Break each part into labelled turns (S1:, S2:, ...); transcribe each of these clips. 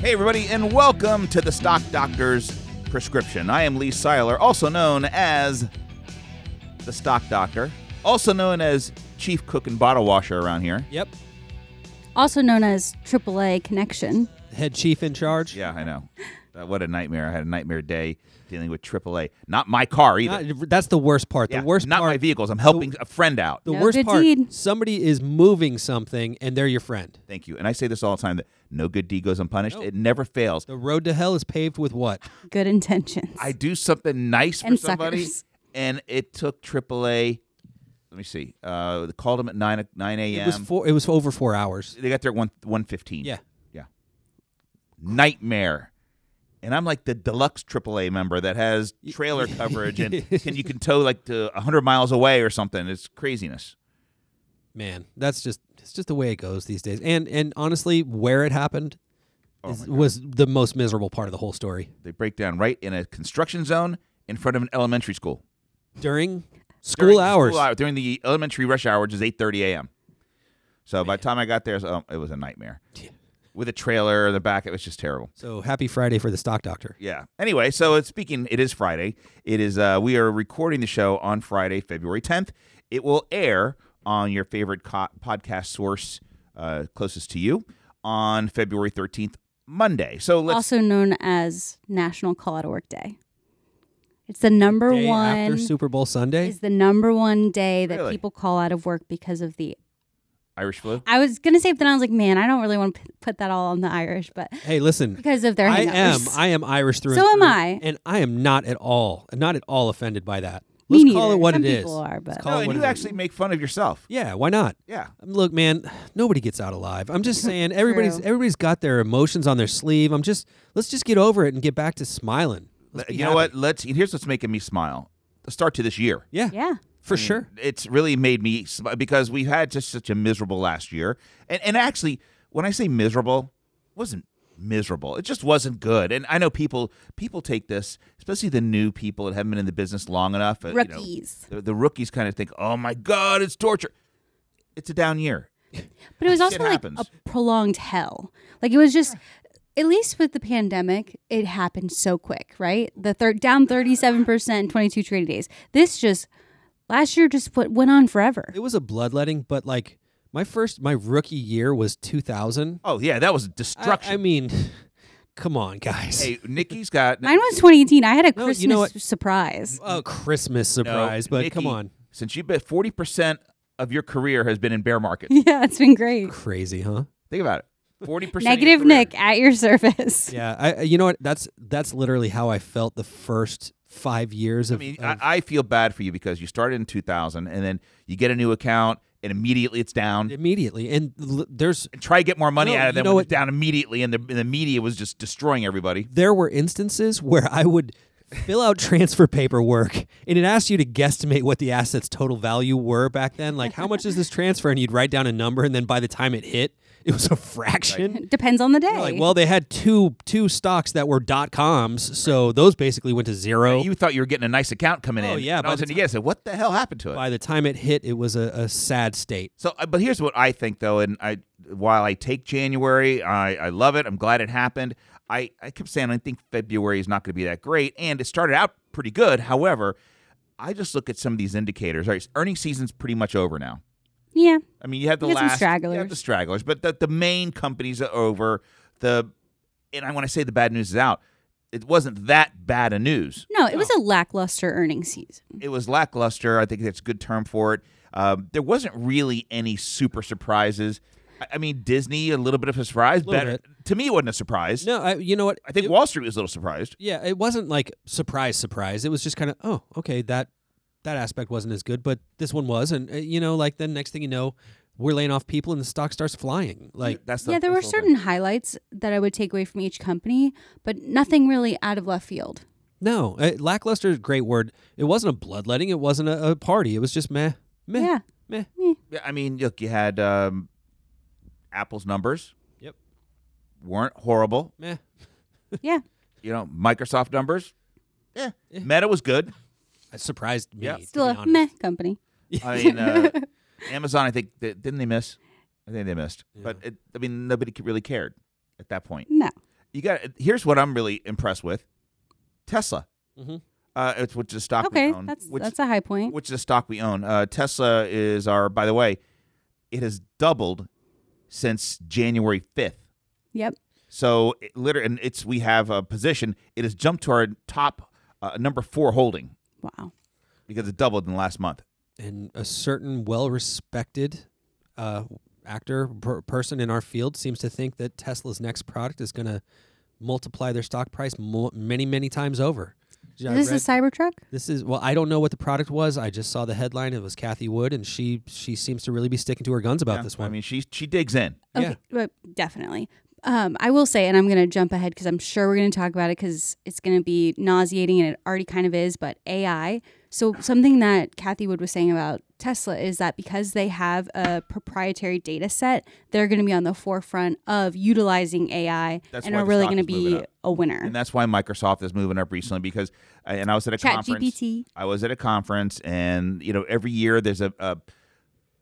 S1: Hey, everybody, and welcome to the Stock Doctor's Prescription. I am Lee Seiler, also known as the Stock Doctor, also known as Chief Cook and Bottle Washer around here.
S2: Yep.
S3: also known as AAA Connection.
S2: Head chief in charge.
S1: Yeah, I know. Uh, what a nightmare. I had a nightmare day dealing with AAA. Not my car either.
S2: Not- that's the worst part.
S1: Yeah,
S2: the worst
S1: not
S2: part.
S1: my vehicles. I'm helping a friend out.
S2: the
S3: No
S2: worst
S3: good
S2: part.
S3: deed.
S2: Somebody is moving something, and they're your friend.
S1: Thank you. And I say this all the time that no good deed goes unpunished.
S2: No.
S1: It never fails.
S2: The road to hell is paved with what?
S3: Good intentions.
S1: I do something nice
S3: And
S1: for somebody,
S3: suckers.
S1: and it took AAA. Let me see. Uh, they called them at nine o- nine a.m.
S2: It was four. It was over four hours.
S1: they got there at one one fifteen.
S2: Yeah.
S1: yeah. Nightmare, and I'm like the deluxe AAA member that has trailer coverage and, and you can tow like to hundred miles away or something. It's craziness.
S2: Man, that's just it's just the way it goes these days. And and honestly, where it happened
S1: Oh
S2: is, was the most miserable part of the whole story.
S1: They break down right in a construction zone in front of an elementary school.
S2: During school
S1: During
S2: hours.
S1: hour- during the elementary rush hour, which is eight thirty a.m. So by the time I got there, it was, oh, it was a nightmare. With a trailer in the back, it was just terrible.
S2: So happy Friday for the stock doctor.
S1: Yeah. Anyway, so it's speaking, it is Friday. It is. Uh, we are recording the show on Friday, February tenth. It will air on your favorite co- podcast source uh, closest to you on February thirteenth, Monday. So let's.
S3: also known as National Call Out of Work Day. It's the number
S2: Day after
S3: one
S2: Super Bowl Sunday.
S3: is the number one day that
S1: Really?
S3: people call out of work because of the
S1: Irish flu.
S3: I was gonna say but then I was like, man, I don't really want to p- put that all on the Irish, but
S2: Hey, listen.
S3: because of their
S2: I am.
S3: hangovers.
S2: I am Irish through.
S3: So
S2: and
S3: am
S2: through,
S3: I.
S2: and I am not at all, not at all offended by that.
S3: Me
S2: Let's call
S3: neither.
S2: it what
S3: Some
S2: it is.
S3: people are, but-
S2: Let's call
S1: No,
S2: it
S1: and
S2: what
S1: you
S2: it is.
S1: actually make fun of yourself.
S2: Yeah, why not? Um,
S1: Yeah.
S2: Look, man, nobody gets out alive. I'm just saying, everybody's
S3: True.
S2: everybody's got their emotions on their sleeve. I'm just let's just get over it and get back to smiling. Let's be
S1: you know
S2: happy.
S1: what? Let's. Here's what's making me smile. The start to this year.
S2: Yeah,
S3: yeah.
S2: for sure.
S1: it's really made me sm- because we had just such a miserable last year. And and actually, when I say miserable, it wasn't miserable. It just wasn't good. And I know people people take this, especially the new people that haven't been in the business long enough. uh, you know,
S3: Rookies.
S1: the, the rookies kind of think, "Oh my god, it's torture." It's a down year.
S3: But it was also
S1: Shit
S3: like
S1: happens.
S3: a prolonged hell. Like it was just at least with the pandemic, it happened so quick, right? The third down thirty seven percent in twenty two trading days. This just last year just went, went on forever.
S2: It was a bloodletting, but like my first my rookie year was 2000.
S1: Oh yeah, that was
S2: I-
S1: destruction.
S2: I, mean, come on, guys.
S1: hey, Nikki's got
S3: Mine was 2018. I had a
S2: No,
S3: Christmas
S2: you know
S3: surprise.
S2: Oh, Christmas
S1: no,
S2: surprise, but come
S1: Nikki,
S2: on.
S1: Since you've been forty percent of your career has been in bear market.
S3: Yeah, it's been great.
S2: Crazy, huh?
S1: Think about it. Forty percent.
S3: Negative Nick at your service.
S2: Yeah, I I- you know what? That's that's literally how I felt the first 5 years
S1: I
S2: of,
S1: mean,
S2: of
S1: I, I feel bad for you because you started in 2000 and then you get a new account and immediately it's down.
S2: immediately and l- there's
S1: And try to get more money
S2: No,
S1: out of
S2: you
S1: them
S2: know
S1: when
S2: what-
S1: it's down immediately and the, and the media was just destroying everybody.
S2: there were instances where I would fill out transfer paperwork and it asked you to guesstimate what the asset's total value were back then. Like, how much is this transfer? And you'd write down a number, and then by the time it hit, it was a fraction.
S3: Depends on the day.
S2: You're Like, well, they had two two stocks that were dot coms, so those basically went to zero.
S1: You thought you were getting a nice account coming
S2: Oh,
S1: in.
S2: yeah,
S1: And all of
S2: by
S1: a
S2: the
S1: sudden you get it. So what the hell happened to it?
S2: By the time it hit, it was a, a sad state.
S1: So, uh, but here's what I think though, and I while I take January, I, I love it. I'm glad it happened. I I kept saying I think February is not going to be that great, and it started out pretty good. However, I just look at some of these indicators. All right, earnings season's pretty much over now.
S3: yeah.
S1: I mean, you have the
S3: You got some
S1: last You have
S3: stragglers.
S1: the stragglers, but the, the main companies are over. The and I want to say the bad news is out. It wasn't that bad a news.
S3: No, it
S2: oh."
S3: was a lackluster earnings season.
S1: It was lackluster. I think that's a good term for it. Um, there wasn't really any super surprises. I, I mean, Disney a little bit of a surprise.
S2: Little
S1: Better to me, it wasn't a surprise.
S2: No, I, you know what?
S1: I think Wall Street was a little surprised.
S2: yeah, it wasn't like surprise, surprise. It was just kind of, oh, okay, that that aspect wasn't as good, but this one was, and uh, you know, like then next thing you know, we're laying off people, and the stock starts flying. Like,
S1: that's the,
S3: Yeah, there were
S1: that's the whole
S3: certain highlights that I would take away from each company, but nothing really out of left field.
S2: no, uh, lackluster is a great word. It wasn't a bloodletting. It wasn't a, a party. It was just meh, meh,
S3: Yeah.
S2: meh.
S1: thing. Yeah, I mean, look, you had um, Apple's numbers.
S2: Yep.
S1: Weren't horrible.
S2: Meh.
S3: Yeah.
S1: You know, Microsoft numbers. Yeah.
S2: Yeah.
S1: Meta was good.
S2: It surprised me.
S1: Yeah.
S2: to
S3: Still
S2: be
S3: a
S2: honest.
S3: meh company.
S1: I mean, uh, Amazon. I think th- didn't they miss? I think they missed. But it, I mean, nobody c- really cared at that point.
S3: No.
S1: You got. Here's what I'm really impressed with: Tesla.
S2: Mhm.
S1: Uh, it's which is a stock
S3: Okay,
S1: we own.
S3: that's
S1: which,
S3: that's a high point.
S1: which is a stock we own. Uh, Tesla is our. By the way, it has doubled since January 5th.
S3: Yep.
S1: So it literally, and it's we have a position. It has jumped to our top uh, number four holding
S3: Wow.
S1: because it doubled in the last month.
S2: and a certain well-respected uh, actor per- person in our field seems to think that Tesla's next product is going to multiply their stock price mo- many, many times over. Yeah, I
S3: this
S2: read-
S3: is Cybertruck.
S2: this is well. I don't know what the product was. I just saw the headline. It was Kathy Wood, and she she seems to really be sticking to her guns about
S1: Yeah,
S2: this one.
S1: I mean, she she digs in.
S2: Yeah.
S3: Okay, but definitely. Um, I will say, and I'm going to jump ahead because I'm sure we're going to talk about it because it's going to be nauseating and it already kind of is, but AI. So, something that Kathy Wood was saying about Tesla is that because they have a proprietary data set, they're going to be on the forefront of utilizing AI
S1: That's
S3: and
S1: why
S3: are
S1: the
S3: really
S1: stock
S3: going to
S1: is moving
S3: be
S1: up.
S3: a winner.
S1: And that's why Microsoft is moving up recently because, uh, and I was at a
S3: Chat
S1: conference.
S3: GPT.
S1: I was at a conference, and you know, every year there's a, a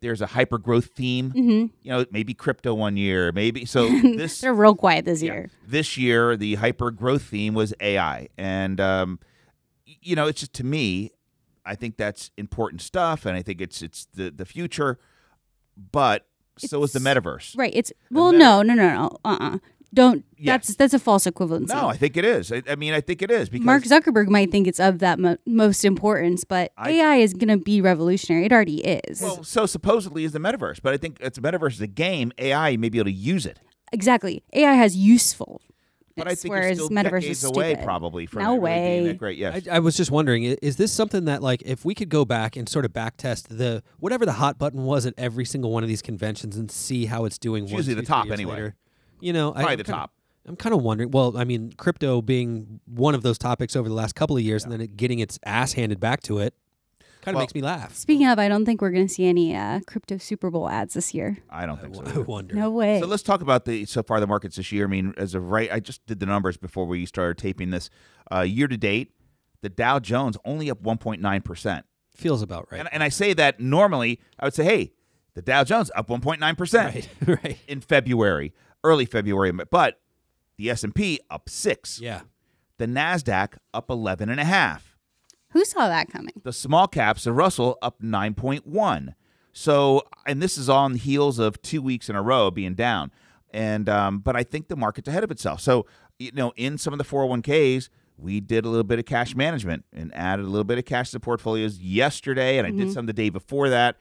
S1: there's a hyper growth theme. You know, maybe crypto one year, maybe so. This
S3: They're real quiet Mm-hmm. this
S1: yeah,
S3: year.
S1: this year, the hyper growth theme was AI, and um, y- you know, it's just to me, I think that's important stuff, and I think it's it's the the future, but so is the
S3: It's-
S1: metaverse.
S3: Right. It's, well,
S1: meta-
S3: no, no, no, no. Uh uh-uh. uh. do not
S1: Yes.
S3: that's, that's a false equivalency.
S1: No, I think it is. I, I mean, I think it is because
S3: Mark Zuckerberg might think it's of that mo- most importance, but
S1: I-
S3: AI is going to be revolutionary. It already is.
S1: Well, so supposedly is the metaverse, but I think it's the metaverse is a game. AI may be able to use it,
S3: exactly. AI has useful.
S1: but I think you're
S3: whereas
S1: still
S3: metaverse
S1: decades
S3: is
S1: away
S3: stupid.
S1: probably from
S3: No
S1: it really being
S3: way.
S1: that great. Yes,
S2: I, I was just wondering, i- is this something that like if we could go back and sort of back test the whatever the hot button was at every single one of these conventions and see how it's doing?
S1: It's
S2: one,
S1: usually the
S2: two, three
S1: top
S2: years
S1: anyway.
S2: later? You know, I-
S1: probably
S2: I'm
S1: the
S2: kinda-
S1: top.
S2: I'm kind of wondering. Well, I mean, crypto being one of those topics over the last couple of years, and then it getting its ass handed back to it, kind of
S1: Well-
S2: makes me laugh.
S3: Speaking of, I don't think we're going to see any uh, crypto Super Bowl ads this year.
S1: I don't
S2: I
S1: think so.
S2: w- I
S1: either.
S2: wonder.
S3: No way.
S1: So let's talk about the so far the markets this year. I mean, as of right, I just did the numbers before we started taping this. Uh, year to date, the Dow Jones only up 1.9 percent,
S2: Feels about right.
S1: and and I say that normally I would say, hey, the Dow Jones up 1.9 percent
S2: right. right.
S1: in February, early February, but the S and P up six,
S2: Yeah.
S1: the Nasdaq up 11 and a half.
S3: Who saw that coming?
S1: The small caps, the Russell up 9.1. So, and this is on the heels of two weeks in a row being down. And, um, but I think the market's ahead of itself. So, you know, in some of the 401ks, we did a little bit of cash management and added a little bit of cash to the portfolios yesterday. And I did some the day before that,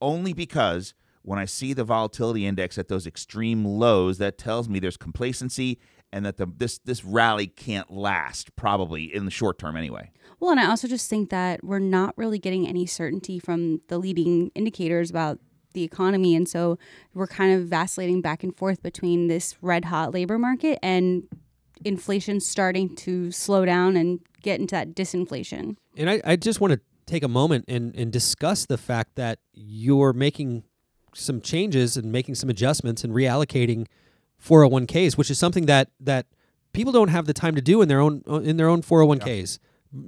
S1: only because when I see the volatility index at those extreme lows, that tells me there's complacency and that the, this, this rally can't last probably in the short term anyway.
S3: Well, and I also just think that we're not really getting any certainty from the leading indicators about the economy. And so we're kind of vacillating back and forth between this red hot labor market and inflation starting to slow down and get into that disinflation.
S2: And I, I just want to take a moment and, and discuss the fact that you're making some changes and making some adjustments and reallocating 401ks, which is something that that people don't have the time to do in their own in their own 401ks.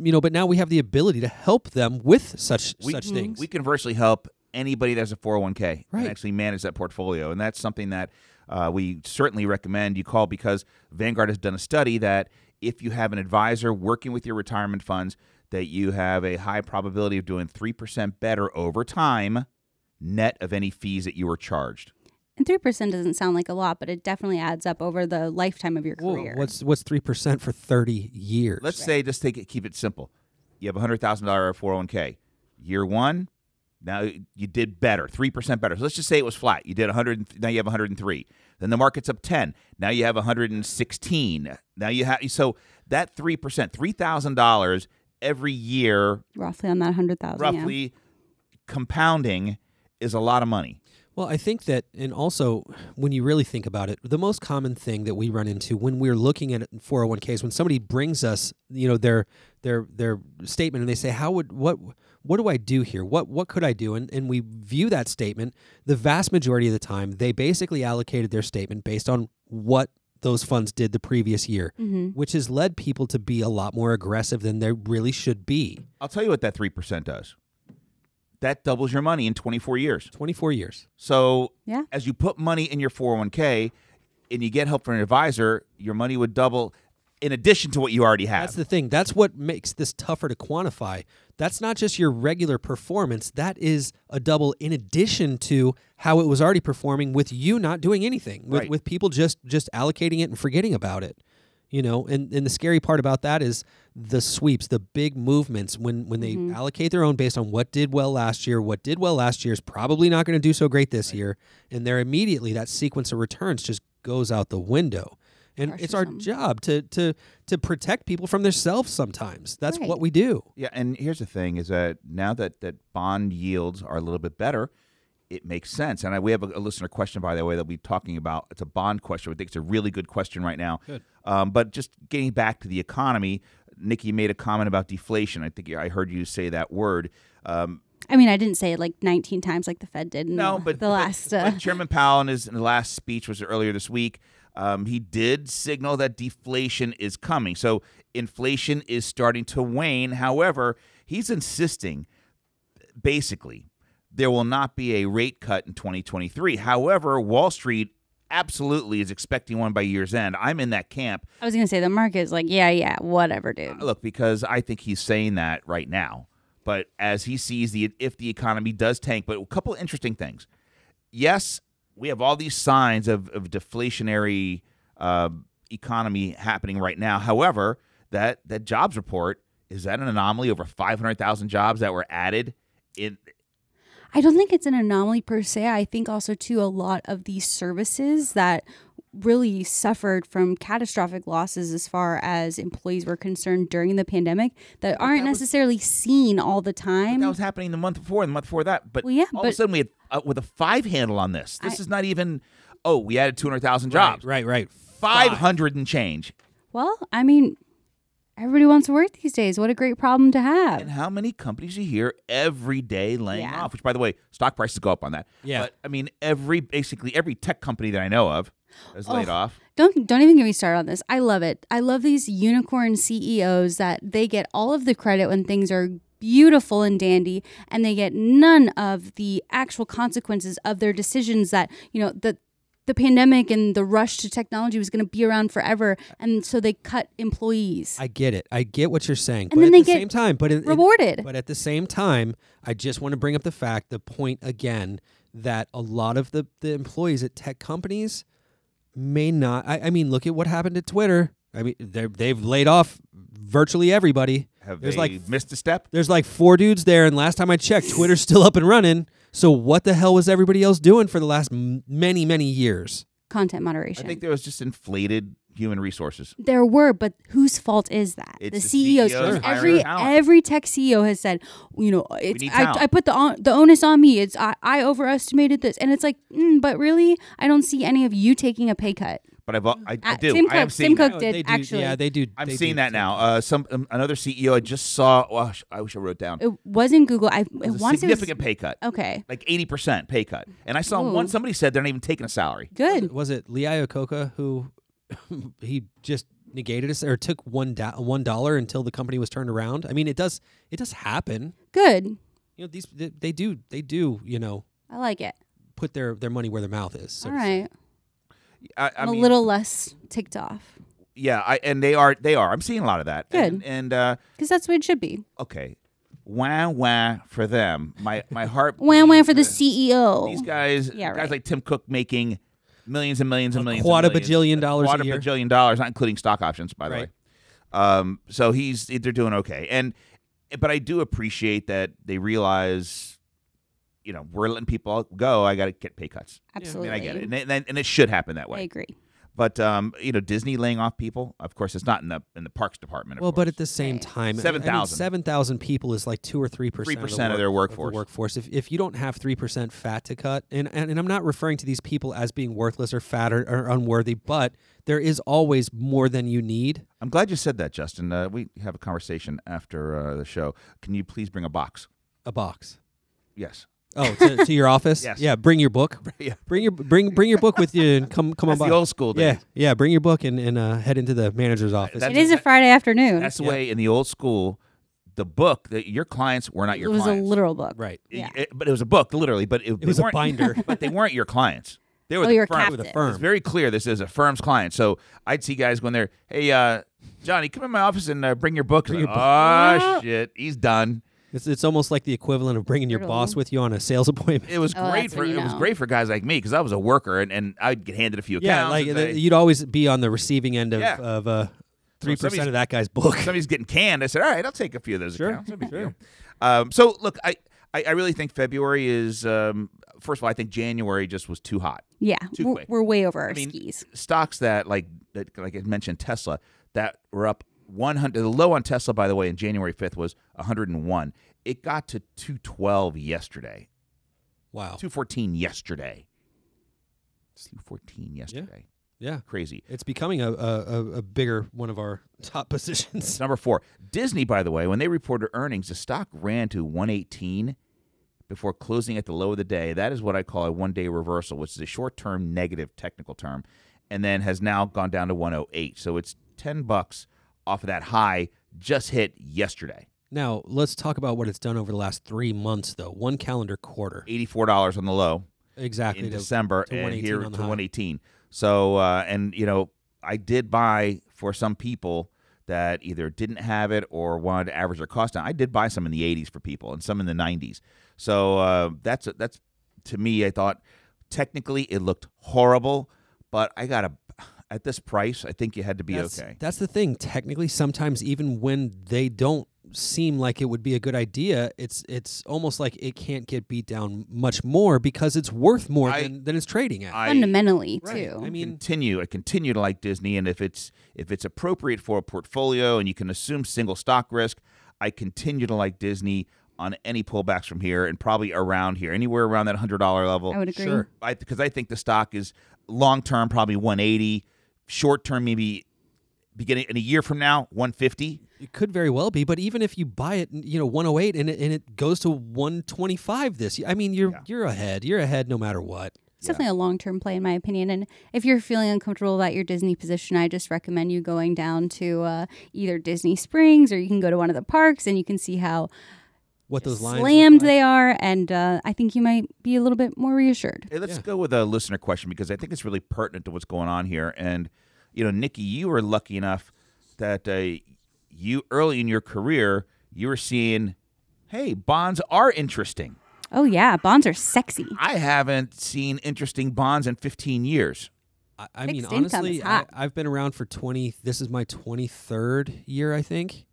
S2: You know, but now we have the ability to help them with such
S1: We-
S2: such
S1: Mhm.
S2: things.
S1: we conversely help anybody that's a 401k
S2: Right.
S1: and actually manage that portfolio and that's something that uh, we certainly recommend you call because vanguard has done a study that if you have an advisor working with your retirement funds that you have a high probability of doing 3% better over time net of any fees that you were charged
S3: And three percent doesn't sound like a lot, but it definitely adds up over the lifetime of your
S2: Whoa,
S3: career.
S2: what's what's three percent for 30 years?
S1: let's say just take it keep it simple you have a $100000 401k year one now you did better 3% better so let's just say it was flat you did 100 and- now you have 103 then the market's up 10 now you have 116 now you have so that 3% $3000 every year
S3: roughly on that hundred thousand?
S1: roughly compounding is a lot of money
S2: Well, I think that, and also when you really think about it, the most common thing that we run into when we're looking at 401ks, when somebody brings us, you know, their their their statement, and they say, "How would what what do I do here? What what could I do?" And and we view that statement. The vast majority of the time, they basically allocated their statement based on what those funds did the previous year,
S3: Mm-hmm.
S2: which has led people to be a lot more aggressive than they really should be.
S1: i'll tell you what that 3% does that doubles your money in 24 years
S2: 24 years.
S1: So
S3: Yeah.
S1: as you put money in your 401k, and you get help from an advisor, your money would double in addition to what you already have.
S2: That's the thing. That's what makes this tougher to quantify. That's not just your regular performance. That is a double in addition to how it was already performing with you not doing anything, with,
S1: Right.
S2: with people just just allocating it and forgetting about it. You know, and, and the scary part about that is the sweeps, the big movements when when they
S3: Mm-hmm.
S2: allocate their own based on what did well last year, what did well last year is probably not going to do so great this year, and they're immediately that sequence of returns just goes out the window. And
S3: Crush
S2: it's
S3: or
S2: our
S3: something.
S2: job to to to protect people from themselves sometimes. That's
S3: Right.
S2: what we do.
S1: Yeah, and here's the thing: is that now that that bond yields are a little bit better, it makes sense. And I, we have a, a listener question, by the way, that we're talking about. It's a bond question. I think it's a really good question right now. Good. Um, but just getting back to the economy, Nikki made a comment about deflation. I think I heard you say that word. Um,
S3: I mean, I didn't say it like 19 times like the Fed did. In
S1: no,
S3: the,
S1: but
S3: the
S1: but-
S3: last. Uh,
S1: but Chairman Powell in his, in the last speech was earlier this week. Um, he did signal that deflation is coming, so inflation is starting to wane. However, he's insisting, basically, there will not be a rate cut in 2023. However, Wall Street absolutely is expecting one by year's end. I'm in that camp.
S3: I was gonna say the market is like, yeah, yeah, whatever, dude.
S1: Look, because I think he's saying that right now. But as he sees the if the economy does tank, but a couple of interesting things. Yes, we have all these signs of, of deflationary um economy happening right now. However, that that jobs report is that an anomaly? Over five hundred thousand jobs that were added in
S3: I don't think it's an anomaly per se. I think also too a lot of these services that really suffered from catastrophic losses as far as employees were concerned during the pandemic that aren't
S1: was-
S3: necessarily seen all the time.
S1: that was happening the month before, the month before that. But
S3: Well, yeah,
S1: all of a
S3: but-
S1: sudden we had uh, with a five handle on this. This is not even. Oh, we added two hundred thousand jobs.
S2: Right, right.
S1: Five hundred and change.
S3: well, I mean, everybody wants to work these days. What a great problem to
S1: And
S3: have.
S1: how many companies you hear every day laying
S3: Uh, Yeah.
S1: off? Which, by the way, stock prices go up on that.
S2: Yeah.
S1: But I mean, every basically every tech company that I know of is laid
S3: Oh.
S1: off.
S3: Don't don't even get me started on this. I love it. I love these unicorn CEOs that they get all of the credit when things are beautiful and dandy and they get none of the actual consequences of their decisions that, you know, the the pandemic and the rush to technology was going to be around forever and so they cut employees.
S2: I get it. I get what you're saying. but
S3: And then
S2: at
S3: they
S2: the
S3: get
S2: same time, but in, in-
S3: rewarded.
S2: but at the same time, I just want to bring up the fact, the point again, that a lot of the, the employees at tech companies may not. I, I mean, look at what happened to Twitter. I mean, they're- they've laid off virtually everybody.
S1: Have
S2: There's
S1: they
S2: like-
S1: missed a step?
S2: There's like four dudes there, and last time I checked, Twitter's still up and running. So what the hell was everybody else doing for the last m- many, many years?
S3: Content
S1: I
S3: moderation.
S1: think there was just inflated human resources.
S3: There were, but whose fault is that?
S1: It's
S3: the,
S1: the
S3: CEOs.
S1: CEOs
S3: fault.
S1: hiring
S3: every
S1: talent.
S3: every tech CEO has said, you know, it's,
S1: need
S3: I,
S1: talent.
S3: I put the on, the onus on me. It's I, I overestimated this, and it's like, mm, but really, I don't see any of you taking a pay cut.
S1: But I've al- I, I
S3: Uh,
S1: do.
S3: Tim
S1: I am
S3: Cook-
S1: seeing
S3: Tim
S1: that.
S3: Cook- did,
S2: they do,
S3: actually.
S2: Yeah, they do.
S1: I'm
S2: they
S1: seeing
S2: do
S1: that
S2: take-
S1: now. Uh, some um, another CEO I just saw. Oh, I sh- I wish I wrote it down.
S3: It wasn't Google. I
S1: It
S3: it
S1: was a
S3: once
S1: significant
S3: it
S1: pay cut,
S3: was okay,
S1: like eighty percent pay cut. And I saw one.
S3: Ooh.
S1: Somebody said they're not even taking a salary.
S3: good.
S2: was it Lee Iacocca who he just negated us or took one do- one dollar until the company was turned around? I mean, it does it does happen.
S3: Good.
S2: You know, these they, they do they do you know
S3: I like it.
S2: put their their money where their mouth is. So
S3: All
S2: to say.
S3: right.
S1: I, I
S3: I'm
S1: mean,
S3: a little less ticked off
S1: Yeah, I, and they are. They are. I'm seeing a lot of that.
S3: Good.
S1: And, and uh,
S3: because that's what it should be.
S1: okay, wah wah for them. My my heart.
S3: Wham wham for the E
S1: these- These
S3: CEO.
S1: guys,
S3: Yeah,
S1: guys
S3: right.
S1: like Tim Cook making millions and millions and
S2: A
S1: millions,
S2: quad a
S1: and millions,
S2: bajillion dollars a
S1: quad
S2: year.
S1: bajillion dollars, not including stock options, by the
S2: Right.
S1: way. Um, so he's they're doing okay, and but I do appreciate that they realize, you know, we're letting people go. I got to get pay cuts. I
S3: Absolutely.
S1: mean, I get it, and, it- and it should happen that
S3: I
S1: way.
S3: agree.
S1: But um, you know, Disney laying off people. Of course, it's not in the in the parks department. of
S2: Well, but
S1: course.
S2: at the same
S3: Right.
S2: time, I mean,
S1: 7,000.
S2: seven thousand people is like two or three percent,
S1: 3% of their workforce.
S2: workforce. If, if you don't have three percent fat to cut, and, and and I'm not referring to these people as being worthless or fat or, or unworthy, but there is always more than you need.
S1: I'm glad you said that, Justin. Uh, we have a conversation after uh, the show. Can you please bring a box?
S2: A box.
S1: Yes.
S2: Oh, to, to your office?
S1: Yes.
S2: Yeah, bring your book.
S1: Yeah.
S2: Bring your bring bring your book with you and come come
S1: That's
S2: on by.
S1: the old school days.
S2: yeah, yeah, bring your book and, and uh, head into the manager's office.
S1: That's-
S3: It is a Friday afternoon.
S1: That's the
S2: Yeah.
S1: way in the old school, the book that your clients were not
S3: It
S1: your
S3: was a
S1: clients.
S3: literal book.
S2: right.
S1: It-
S3: yeah.
S1: it- but it was a book, literally. But it, they
S2: was a
S1: weren't-
S2: binder.
S1: but they weren't your clients. They were
S3: oh,
S1: the
S3: you're a
S1: firm.
S2: They were the
S3: captive.
S2: firm.
S1: It's very clear this is a firm's client. So I'd see guys going there, hey, uh, Johnny, come in my office and uh, bring your book.
S2: Bring your
S1: oh, shit. He's done.
S2: It's, it's almost like the equivalent of bringing your
S3: Brutal.
S2: boss with you on a sales appointment.
S1: It was
S3: Oh,
S1: great
S3: that's
S1: for
S3: when you
S1: it was
S3: know.
S1: great for guys like me because I was a worker and, and I'd get handed a few
S2: Yeah,
S1: accounts.
S2: like
S1: and
S2: the,
S1: say-
S2: you'd always be on the receiving end of
S1: Yeah.
S2: of uh, three
S1: somebody's-
S2: percent of that guy's book.
S1: somebody's getting canned. I said, all right, I'll take a few of those
S2: Sure,
S1: accounts. No big
S2: sure.
S1: deal. Um, so look, I, I, I really think February is um, first of all, I think January just was too hot.
S3: Yeah,
S1: Too
S3: we're,
S1: quick.
S3: we're way over our
S1: mean,
S3: skis.
S1: Stocks that like that, like I mentioned, Tesla that were up 100. The low on Tesla, by the way, in January 5th was 101. It got to 212 yesterday.
S2: Wow.
S1: 214 yesterday. 214 yesterday.
S2: Yeah.
S1: Crazy.
S2: It's becoming a, a, a- a bigger one of our top positions.
S1: Number four, Disney, by the way, when they reported earnings, the stock ran to 118 before closing at the low of the day. That is what I call a one day reversal, which is a short term negative technical term, and then has now gone down to 108. So it's 10 bucks off of that high just hit yesterday.
S2: Now, let's talk about what it's done over the last three months, though. One calendar quarter.
S1: $84 on the low
S2: Exactly.
S1: in
S2: to-
S1: December
S2: to
S1: and
S2: 118
S1: here to
S2: on the high.
S1: 118. So, uh, and you know, I did buy for some people that either didn't have it or wanted to average their cost down. I did buy some in the 80s for people and some in the 90s. So uh, that's that's to me. I thought technically it looked horrible, but I got a at this price. I think you had to be
S2: that's,
S1: okay.
S2: That's the thing. Technically, sometimes even when they don't seem like it would be a good idea, it's it's almost like it can't get beat down much more because it's worth more
S1: I-
S2: than, than it's trading at.
S3: Fundamentally,
S2: Right.
S3: too.
S2: I mean,
S1: continue. I continue to like Disney, and if it's if it's appropriate for a portfolio and you can assume single stock risk, I continue to like Disney on any pullbacks from here and probably around here, anywhere around that hundred dollar level.
S3: I would agree.
S2: sure.
S1: I because I think the stock is long term probably one eighty, short term maybe beginning in a year from now one fifty.
S2: It could very well be, but even if you buy it, you know, 108 and it, and it goes to 125 this year, I mean, you're
S1: Yeah.
S2: you're ahead. You're ahead no matter what.
S3: It's definitely a long term play, in my opinion. And if you're feeling uncomfortable about your Disney position, I just recommend you going down to uh, either Disney Springs or you can go to one of the parks and you can see how
S2: What those lines look
S3: slammed
S2: like.
S3: they are. And uh, I think you might be a little bit more reassured.
S1: Hey, let's
S2: Yeah.
S1: go with a listener question because I think it's really pertinent to what's going on here. And you know, Nikki, you were lucky enough that uh, you early in your career you were seeing, hey, bonds are interesting.
S3: Oh, yeah. Bonds are sexy.
S1: I haven't seen interesting bonds in 15 years.
S2: I, I
S3: Fixed
S2: mean,
S3: income is
S2: honestly, I,
S3: hot.
S2: I've been around for 20. This is my 23rd year, I think.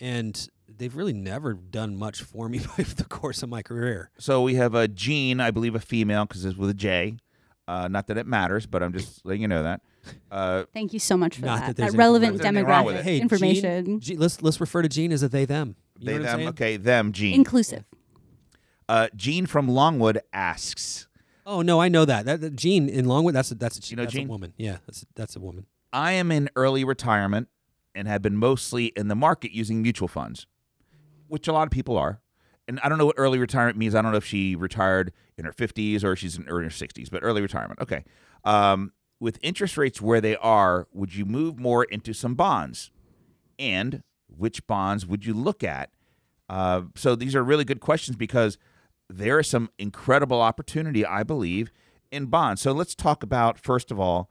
S2: And they've really never done much for me by the course of my career.
S1: So we have a Jean, I believe a female because it's with a J. Uh, not that it matters, but I'm just letting you know that. Uh,
S3: Thank you so much for
S2: Not that there's
S3: that. That,
S2: anything
S3: relevant
S1: wrong with it. There's nothing wrong
S3: demographic
S1: with it.
S2: Hey, Gene-
S3: information.
S2: Gene- let's let's refer to Gene as a they them. You
S1: they
S2: know what I'm
S1: them,
S2: saying?
S1: okay, them Jean.
S3: Inclusive.
S1: uh, Jean from Longwood asks,
S2: Oh no, I know that. That, that Gene in Longwood. That's a, that's a,
S1: You know
S2: that's a
S1: Gene?
S2: woman. Yeah, that's that's a woman.
S1: I am in early retirement and have been mostly in the market using mutual funds, which a lot of people are. And I don't know what early retirement means. I don't know if she retired in her 50s or she's in, or in her 60s, but early retirement. Okay. Um, with interest rates where they are, would you move more into some bonds? And which bonds would you look at? Uh, so these are really good questions because there is some incredible opportunity, I believe, in bonds. So let's talk about, first of all,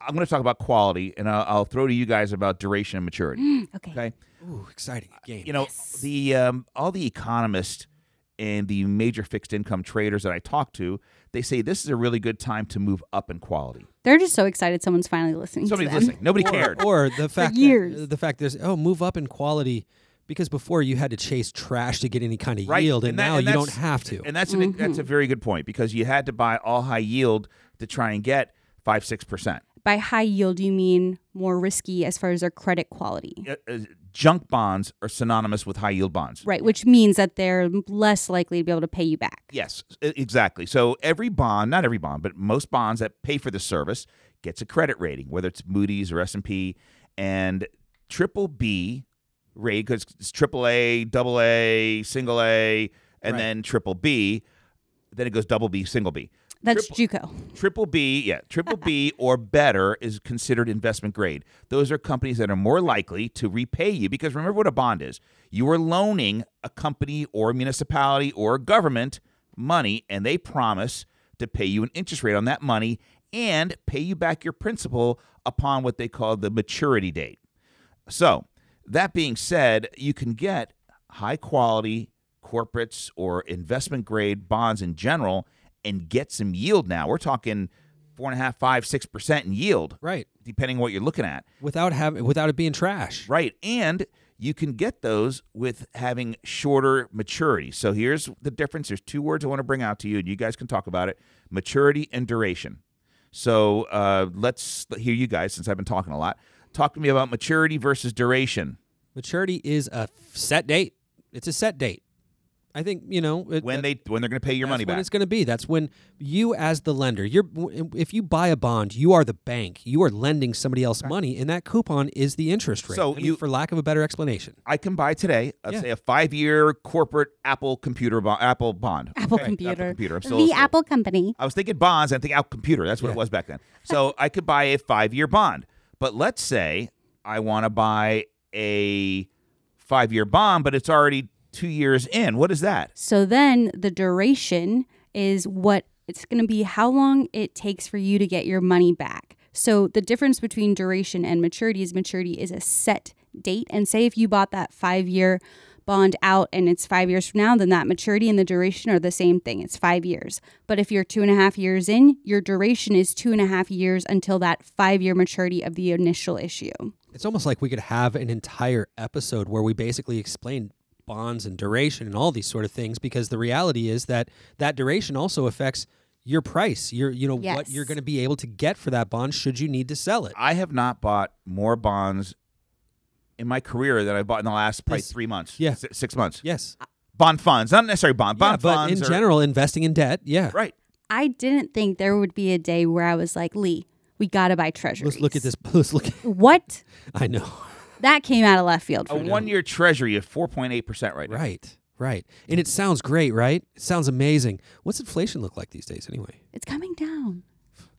S1: I'm going to talk about quality, and I'll, I'll throw to you guys about duration and
S2: Mm.
S1: maturity.
S3: Okay.
S1: Okay,
S2: Ooh, exciting game.
S1: Uh, you know the um, all the economists and the major fixed income traders that I talk to, they say this is a really good time to move up in quality.
S3: They're just so excited someone's finally listening
S1: Somebody's
S3: to them.
S1: listening. Nobody
S2: or,
S1: cared.
S2: or the fact
S3: years.
S2: That, the fact there's oh move up in quality because before you had to chase trash to get any kind of
S1: Right,
S2: yield, and,
S1: and that-
S2: now
S1: and
S2: you don't
S1: that's-
S2: have to. Mm-hmm.
S1: And that's an, that's a very good point because you had to buy all high yield to try and get five six percent.
S3: By high yield, you mean more risky as far as their credit quality.
S1: Uh, Junk bonds are synonymous with high yield bonds.
S3: Right, which means that they're less likely to be able to pay you back.
S1: Yes, e- exactly. So every bond, not every bond, but most bonds that pay for the service gets a credit rating, whether it's Moody's or S&P and triple B rated cuz it's triple A, double A, single A and
S2: Right.
S1: then triple B, then it goes double B, single B.
S3: That's JUCO.
S1: Triple B, yeah, triple B or better is considered investment grade. Those are companies that are more likely to repay you because remember what a bond is. You are loaning a company or a municipality or a government money and they promise to pay you an interest rate on that money and pay you back your principal upon what they call the maturity date. So, that being said, you can get high quality corporates or investment grade bonds in general and get some yield now. We're talking four and a half, five, six percent in yield,
S2: Right.
S1: depending on what you're looking at.
S2: Without having without it being trash.
S1: Right. And you can get those with having shorter maturity. So here's the difference. There's two words I want to bring out to you, and you guys can talk about it maturity and duration. So uh, let's hear you guys, since I've been talking a lot. Talk to me about maturity versus duration.
S2: Maturity is a f- set date. It's a set date. I think, you know, it,
S1: When
S2: that-
S1: they when they're going to pay your
S2: that's
S1: money
S2: when
S1: back?
S2: it's going to be. That's when you as the lender, you're w- if you buy a bond, you are the bank. You are lending somebody else money and that coupon is the interest rate.
S1: So
S2: I mean,
S1: you-
S2: for lack of a better explanation.
S1: I can buy today, let's
S2: Yeah.
S1: say a five-year corporate Apple computer bond. Apple bond.
S3: Apple
S1: Okay,
S3: computer.
S1: Apple computer. I'm still,
S3: the
S1: still-
S3: Apple company.
S1: I was thinking bonds. I think out computer. That's what it
S2: Yeah.
S1: was back then. So I could buy a five-year bond. But let's say I want to buy a five-year bond, but it's already two years in. What is that?
S3: So then the duration is what it's going to be how long it takes for you to get your money back. So the difference between duration and maturity is maturity is a set date. And say if you bought that five year bond out and it's five years from now, then that maturity and the duration are the same thing. It's five years. But if you're two and a half years in, your duration is two and a half years until that five year maturity of the initial issue.
S2: It's almost like we could have an entire episode where we basically explain bonds and duration and all these sort of things because the reality is that that duration also affects your price, your you know what
S3: Yes.
S2: you're going to be able to get for that bond should you need to sell it.
S1: I have not bought more bonds in my career than I bought in the last probably
S2: This-
S1: three months.
S2: yeah.
S1: si- six months.
S2: Yes.
S1: Bond funds, not necessarily bond.
S2: Yeah,
S1: Bond
S2: but
S1: funds
S2: in
S1: are-
S2: general investing in debt, yeah.
S1: right?
S3: I didn't think there would be a day where I was like, Lee, we got to buy treasuries.
S2: Let's look at this. Let's look.
S3: What?
S2: I know.
S3: That came out of left field
S1: A
S3: for me.
S1: one-year Treasury of four point eight percent right now.
S2: Right. Right. And it sounds great, right? It sounds amazing. What's inflation look like these days anyway?
S3: It's coming down.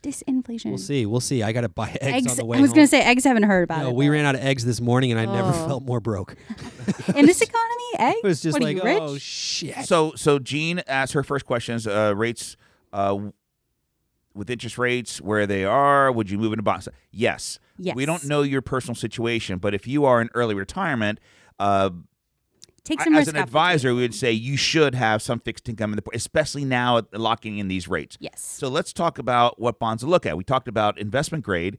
S3: Disinflation.
S2: We'll see. We'll see. I got to buy eggs, on the way.
S3: I was going
S2: home.
S3: to say Hmm. eggs haven't heard about
S2: No,
S3: it.
S2: we
S3: but-
S2: ran out of eggs this morning and I never
S3: Oh.
S2: felt more broke.
S3: in this economy, eggs.
S2: It was just
S3: what
S2: like,
S3: are you rich?
S2: oh shit.
S1: So so Jean asked her first questions. Uh, rates uh, with interest rates where they are. Would you move into bonds? Yes.
S3: Yes.
S1: We don't know your personal situation, but if you are in early retirement, uh,
S3: Take
S1: I-
S3: some
S1: as
S3: risk
S1: an
S3: off the
S1: advisor,
S3: table.
S1: we would say you should have some fixed income in the especially now at locking in these rates.
S3: Yes.
S1: So let's talk about what bonds to look at. We talked about investment grade,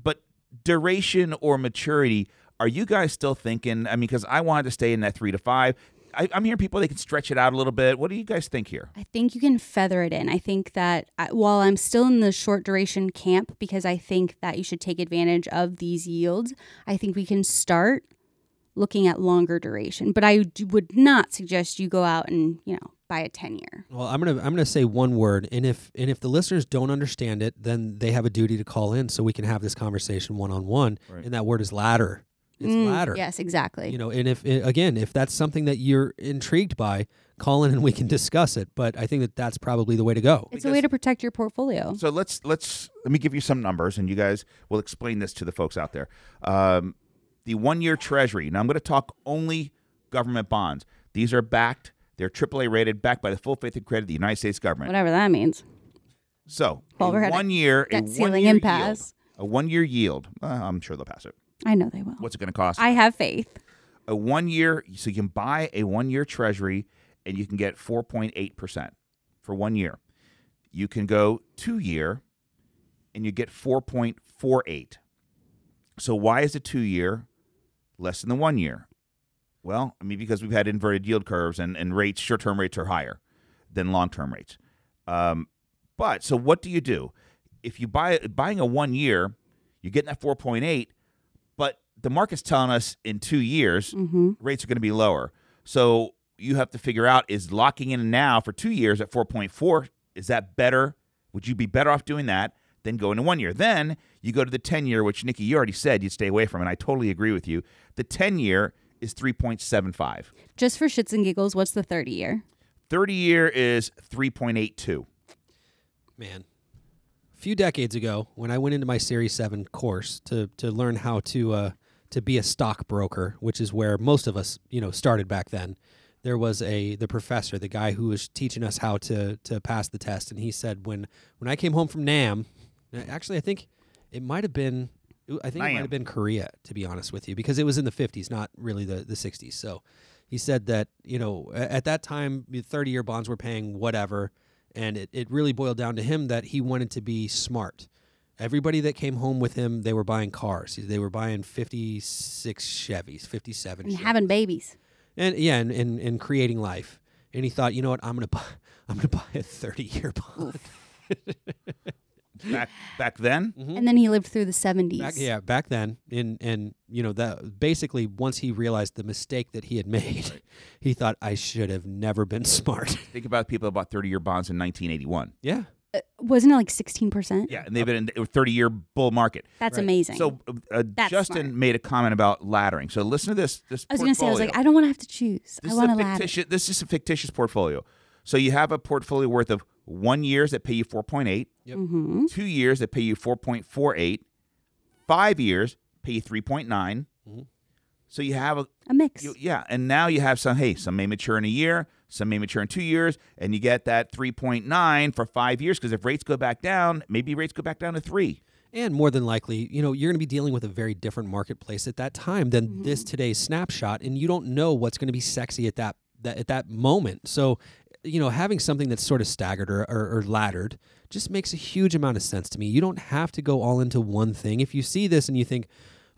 S1: but duration or maturity. Are you guys still thinking? I mean, because I wanted to stay in that three to five. I, I'm hearing people they can stretch it out a little bit. What do you guys think here?
S3: I think you can feather it in. I think that I, while I'm still in the short duration camp, because I think that you should take advantage of these yields, I think we can start looking at longer duration. But I d- would not suggest you go out and, you know, buy a 10 year.
S2: Well, I'm gonna I'm gonna say one word, and if and if the listeners don't understand it, then they have a duty to call in so we can have this conversation one on one.
S1: Right.
S2: And that word is ladder. It's
S3: Mm,
S2: ladder.
S3: Yes, exactly.
S2: You know, and if i- again, if that's something that you're intrigued by, call in and we can discuss it. But I think that that's probably the way to go.
S3: it's a way to protect your portfolio.
S1: So let's let's let me give you some numbers, and you guys will explain this to the folks out there. Um, the one-year Treasury. Now I'm going to talk only government bonds. These are backed. They're AAA rated, backed by the full faith and credit of the United States government.
S3: Whatever that means.
S1: So
S3: Well, we're
S1: a
S3: at
S1: one year, a
S3: debt
S1: one
S3: ceiling
S1: year
S3: and
S1: yield,
S3: pass.
S1: a one year yield. Uh, I'm sure they'll pass it.
S3: I know they will.
S1: What's it going to cost?
S3: I have faith.
S1: a one year, so you can buy a one year treasury and you can get 4.8 percent for one year. You can go two year, and you get 4.48. So why is the two year less than the one year? Well, I mean because we've had inverted yield curves and and rates, short term rates are higher than long term rates. Um, but so what do you do if you buy buying a one year? You're getting that 4.8, but the market's telling us in two years
S3: hmm
S1: rates are going to be lower. So you have to figure out is locking in now for two years at 4.4 is that better? Would you be better off doing that than going to one year? Then you go to the 10 year, which Nikki, you already said you'd stay away from, and I totally agree with you. The 10 year is 3.75.
S3: Just for shits and giggles, what's the 30 year?
S1: 30 year is 3.82.
S2: Man, a few decades ago, when I went into my Series Seven course to to learn how to uh, to be a stockbroker, which is where most of us you know started back then, there was a the professor, the guy who was teaching us how to to pass the test, and he said when when I came home from Nam, actually I think it might have been I think it might
S1: Nam.
S2: have been Korea to be honest with you because it was in the 50s, not really the the 60s. So he said that you know a- at that time 30 year bonds were paying whatever, and it it really boiled down to him that he wanted to be smart. Everybody that came home with him, they were buying cars. They were buying 56 Chevys, 57
S3: and
S2: Chevys
S3: having babies.
S1: Mm-hmm.
S2: and yeah, and, and and creating life. And he thought, you know what, I'm gonna buy, I'm gonna buy a 30 year bond.
S1: back back then.
S3: And then he lived through the 70s.
S2: Back, yeah, back then, and and you know that basically once he realized the mistake that he had made, he thought I should have never been smart.
S1: Think about people who bought thirty-year bonds in 1981.
S2: yeah,
S3: Uh, Wasn't it like 16%?
S1: Yeah, and they've been in a thirty-year bull market.
S3: That's
S2: Right.
S3: amazing.
S1: So uh,
S3: That's
S1: Justin
S3: smart.
S1: made a comment about laddering. So listen to this. This
S3: I was going to say, I was
S1: portfolio.
S3: like, I don't want to have to choose.
S1: This
S3: I
S1: is
S3: want
S1: a
S3: to ladder.
S1: fictitious. This is a fictitious portfolio. So you have a portfolio worth of one years that pay you four point eight,
S2: Yep.
S3: Mhm.
S1: two years that pay you four point four eight, five years pay you three
S2: Mhm.
S1: So you have a
S3: A mix.
S1: you, yeah, and now you have some. Hey, some may mature in a year, some may mature in two years, and you get that three point nine for five years because if rates go back down, maybe rates go back down to three.
S2: and more than likely, you know, you're gonna be dealing with a very different marketplace at that time than this today's snapshot, and you don't know what's gonna be sexy at that that at that moment. So. You know, having something that's sort of staggered or, or, or laddered just makes a huge amount of sense to me. You don't have to go all into one thing. If you see this and you think,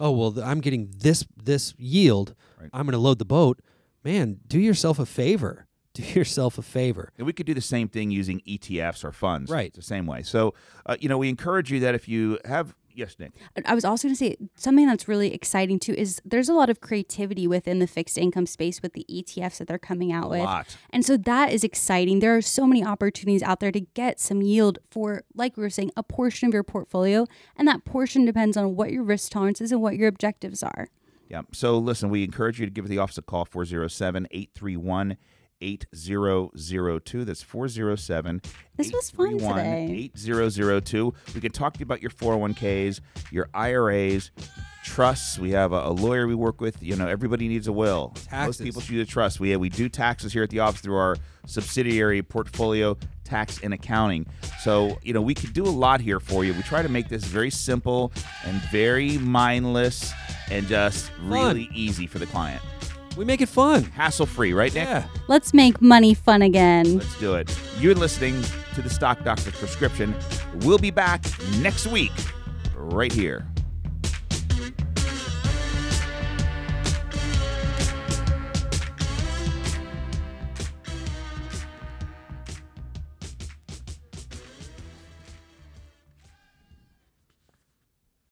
S2: "Oh well, th- I'm getting this this yield,
S1: Right.
S2: I'm going to load the boat," man, do yourself a favor. Do yourself a favor.
S1: And we could do the same thing using ETFs or funds.
S2: Right.
S1: It's the same way. So, uh, you know, we encourage you that if you have, yes, Nick.
S3: I was also going to say something that's really exciting too is there's a lot of creativity within the fixed income space with the ETFs that they're coming out with.
S1: lot.
S3: And so that is exciting. There are so many opportunities out there to get some yield for, like we were saying, a portion of your portfolio. And that portion depends on what your risk tolerances and what your objectives are.
S1: Yeah. So, listen, we encourage you to give the office a call 407 831 8002. That's 407
S3: This was fun today.
S1: 8002. We can talk to you about your 401ks, your IRAs, trusts. We have a, a lawyer we work with. You know, everybody needs a will.
S2: Taxes.
S1: Most people should use a trust. We, we do taxes here at the office through our subsidiary portfolio tax and accounting. So, you know, we could do a lot here for you. We try to make this very simple and very mindless and just really easy for the client.
S2: We make it fun.
S1: Hassle free, right, Nick?
S2: Yeah.
S3: Let's make money fun again.
S1: Let's do it. You're listening to the Stock Doctor's Prescription. We'll be back next week, right here.